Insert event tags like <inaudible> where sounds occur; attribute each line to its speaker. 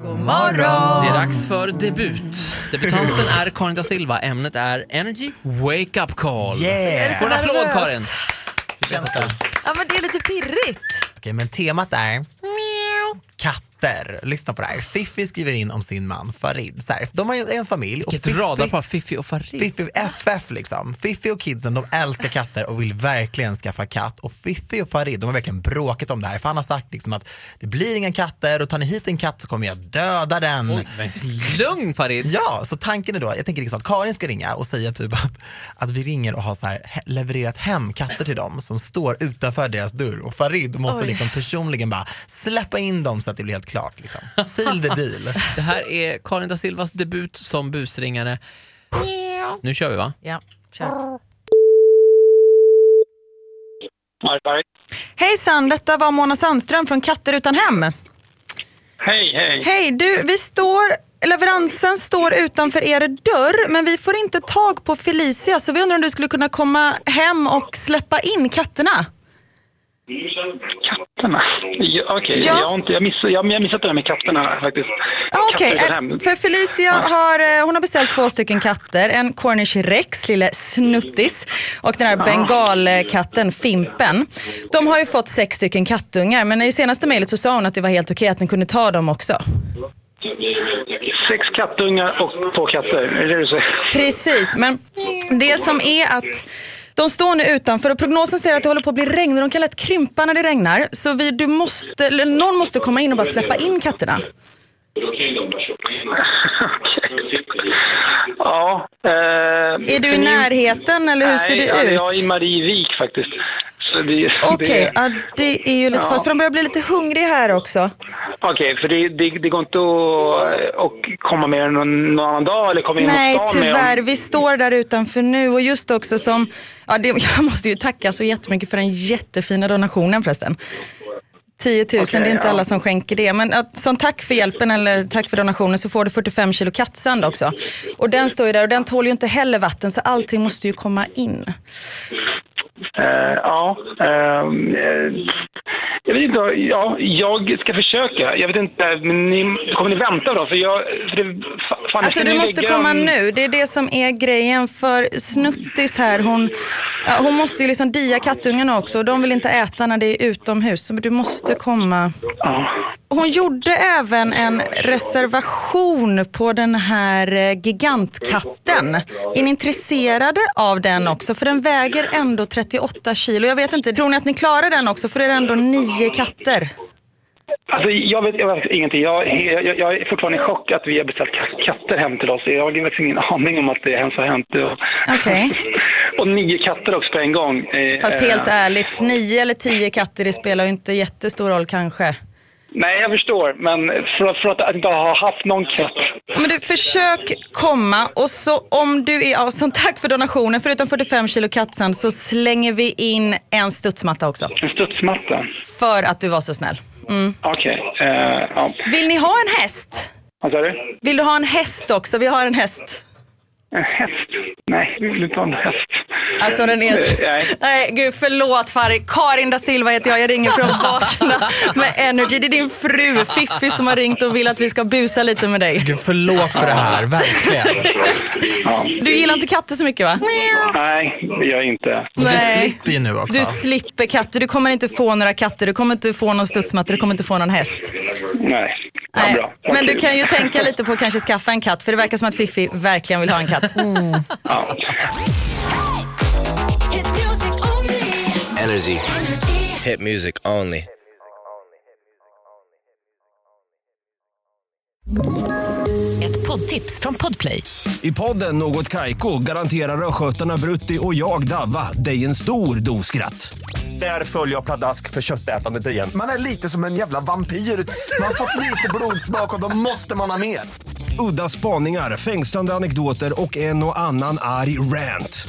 Speaker 1: morgon!
Speaker 2: Det
Speaker 1: Ah.
Speaker 2: är dags för debut.
Speaker 1: <laughs>
Speaker 2: Debutanten är Karin da Silva. Ämnet är Energy Wake Up Call.
Speaker 1: Yeah!
Speaker 2: Du får en applåd
Speaker 3: Nervös.
Speaker 2: Karin.
Speaker 1: Hur känns det?
Speaker 3: Ja men det är lite pirrigt.
Speaker 1: Okej, men temat är miau, katter. Lyssna på det här. Fiffi skriver in om sin man Farid. Så här, de har ju en familj. och
Speaker 2: Vilket
Speaker 1: Fiffi-
Speaker 2: radarpar, Fifi och Farid.
Speaker 1: Fiffi, FF liksom. Fiffi och kidsen de älskar katter och vill verkligen skaffa katt. Och Fiffi och Farid de har verkligen bråkat om det här. För han har sagt liksom att det blir inga katter och tar ni hit en katt så kommer jag döda den.
Speaker 2: Oj, men Lugn Farid.
Speaker 1: Ja, så tanken är då, jag tänker liksom att Karin ska ringa och säga typ att, att vi ringer och har så här, he- levererat hem katter till dem som står utanför deras dörr och Farid måste
Speaker 3: Oj.
Speaker 1: liksom personligen bara släppa in dem så att det blir helt klart. Liksom. Seal the deal.
Speaker 2: Det här är Karin da Silvas debut som busringare. Nu kör vi va?
Speaker 3: Ja, kör.
Speaker 4: Marberg.
Speaker 3: Hejsan, detta var Mona Sandström från Katter utan hem.
Speaker 4: Hej, hej.
Speaker 3: Hej, du, vi står, leveransen står utanför er dörr men vi får inte tag på Felicia så vi undrar om du skulle kunna komma hem och släppa in katterna?
Speaker 4: Katterna. Ja, Okej,
Speaker 3: Ja.
Speaker 4: jag har inte- jag, miss, jag, jag missat det där med katterna faktiskt.
Speaker 3: Ja, Okej,
Speaker 4: Katter utan
Speaker 3: eh,
Speaker 4: hem.
Speaker 3: för Felicia har, eh, hon har beställt två stycken katter. En cornish rex, lille snuttis, och den här bengalkatten Fimpen. De har ju fått sex stycken kattungar, men i senaste mejlet så sa hon att det var helt okej att ni kunde ta dem också.
Speaker 4: Sex kattungar och två katter, är det det du
Speaker 3: <laughs>
Speaker 4: säger?
Speaker 3: Precis, men det som är att de står nu utanför och prognosen säger att det håller på att bli regn och de kan lätt krympa när det regnar. Så vi, du måste, eller någon måste komma in och bara släppa in katterna.
Speaker 4: Okej. Ja. Eh,
Speaker 3: Är du i närheten eller hur ser det
Speaker 4: Nej,
Speaker 3: ut?
Speaker 4: jag är i Marievik faktiskt. Så det-
Speaker 3: Okej,
Speaker 4: Alltså, det-
Speaker 3: ja, det är ju lite
Speaker 4: Ja.
Speaker 3: farligt. För de börjar bli lite hungriga här också.
Speaker 4: Okej, för det, det, det går inte att och komma med någon, någon annan dag eller komma in
Speaker 3: Nej,
Speaker 4: mot stan
Speaker 3: tyvärr.
Speaker 4: med om-
Speaker 3: Vi står där utanför nu. Och just också som... Ja, det, <laughs> jag måste ju tacka så jättemycket för den jättefina donationen förresten. 10 000,
Speaker 4: Okej,
Speaker 3: det är inte
Speaker 4: ja.
Speaker 3: alla som skänker det. Men att, som tack för hjälpen eller tack för donationen så får du 45 kilo kattsand också. Och den står ju där och den tål ju inte heller vatten så allting måste ju komma in.
Speaker 4: Eh, ja. ehm, eh, jag vet inte. Ja, jag ska försöka. Jag vet inte. Men ni, kommer ni vänta då? För jag... För det, fa- fan, jag
Speaker 3: Alltså
Speaker 4: ska
Speaker 3: du
Speaker 4: ni
Speaker 3: måste
Speaker 4: lägga
Speaker 3: komma
Speaker 4: dem-
Speaker 3: nu. Det är det som är grejen för Snuttis här. Hon, ja, hon måste ju liksom dia kattungarna också och de vill inte äta när det är utomhus. Så du måste komma.
Speaker 4: Ja.
Speaker 3: Hon gjorde även en reservation på den här eh, gigantkatten. Är ni intresserade av den också? För den väger ändå 38 kilo. Jag vet inte, tror ni att ni klarar den också? För det är ändå nio katter.
Speaker 4: Alltså, jag, vet, jag vet ingenting. Jag, jag, jag är fortfarande i chock att vi har beställt ka- katter hem till oss. Jag har faktiskt ingen aning om att det ens har hänt. Och,
Speaker 3: Okej.
Speaker 4: <laughs> och nio katter också på en gång. Eh,
Speaker 3: Fast helt
Speaker 4: eh,
Speaker 3: ärligt, nio eller tio katter, det spelar ju inte jättestor roll kanske.
Speaker 4: Nej, jag förstår. Men för, att- för att, att inte ha haft någon katt.
Speaker 3: Men du, försök komma och så om du är, ja, som tack för donationen, förutom 45 kilo kattsand så slänger vi in en studsmatta också.
Speaker 4: En studsmatta.
Speaker 3: För att du var så snäll. Mm.
Speaker 4: Okej. Eh, ja.
Speaker 3: Vill ni ha en häst?
Speaker 4: Vad sa du?
Speaker 3: Vill du ha en häst också? Vi har en häst.
Speaker 4: En häst? Nej, vi vill inte ha en häst.
Speaker 3: Alltså den är så...
Speaker 4: Eh, nej.
Speaker 3: Nej, gud förlåt Farri. Karin da Silva heter jag. Jag ringer från Vakna med Energy. Det är din fru Fiffi som har ringt och vill att vi ska busa lite med dig.
Speaker 1: Gud, förlåt för det här, verkligen.
Speaker 4: Ja.
Speaker 3: Du gillar inte katter så mycket va?
Speaker 4: Nej, det gör jag inte.
Speaker 1: Och du
Speaker 3: <laughs> Nej.
Speaker 1: slipper ju nu också.
Speaker 3: Du
Speaker 4: Liksom.
Speaker 3: slipper katter. Du kommer inte få några katter. Du kommer inte få någon studsmatta. Du kommer inte få någon häst.
Speaker 4: Nej. Ja,
Speaker 3: Nej,
Speaker 4: bra. Vad
Speaker 3: Men du
Speaker 4: kul.
Speaker 3: kan ju tänka lite på att kanske skaffa en katt. För det verkar som att Fiffi verkligen vill ha en katt.
Speaker 4: Ja.
Speaker 5: Hit music only.
Speaker 6: Energy.
Speaker 5: Energy.
Speaker 6: Hit music only.
Speaker 7: Ett poddtips från Podplay.
Speaker 8: I podden Något Kaiko garanterar östgötarna Brutti och jag, Davva, dig en stor dos skratt. Där följer jag pladask för köttätandet igen.
Speaker 9: Man är lite som en jävla vampyr. Man har fått lite blodsmak och då måste man ha mer.
Speaker 8: Udda spaningar, fängslande anekdoter och en och annan arg rant.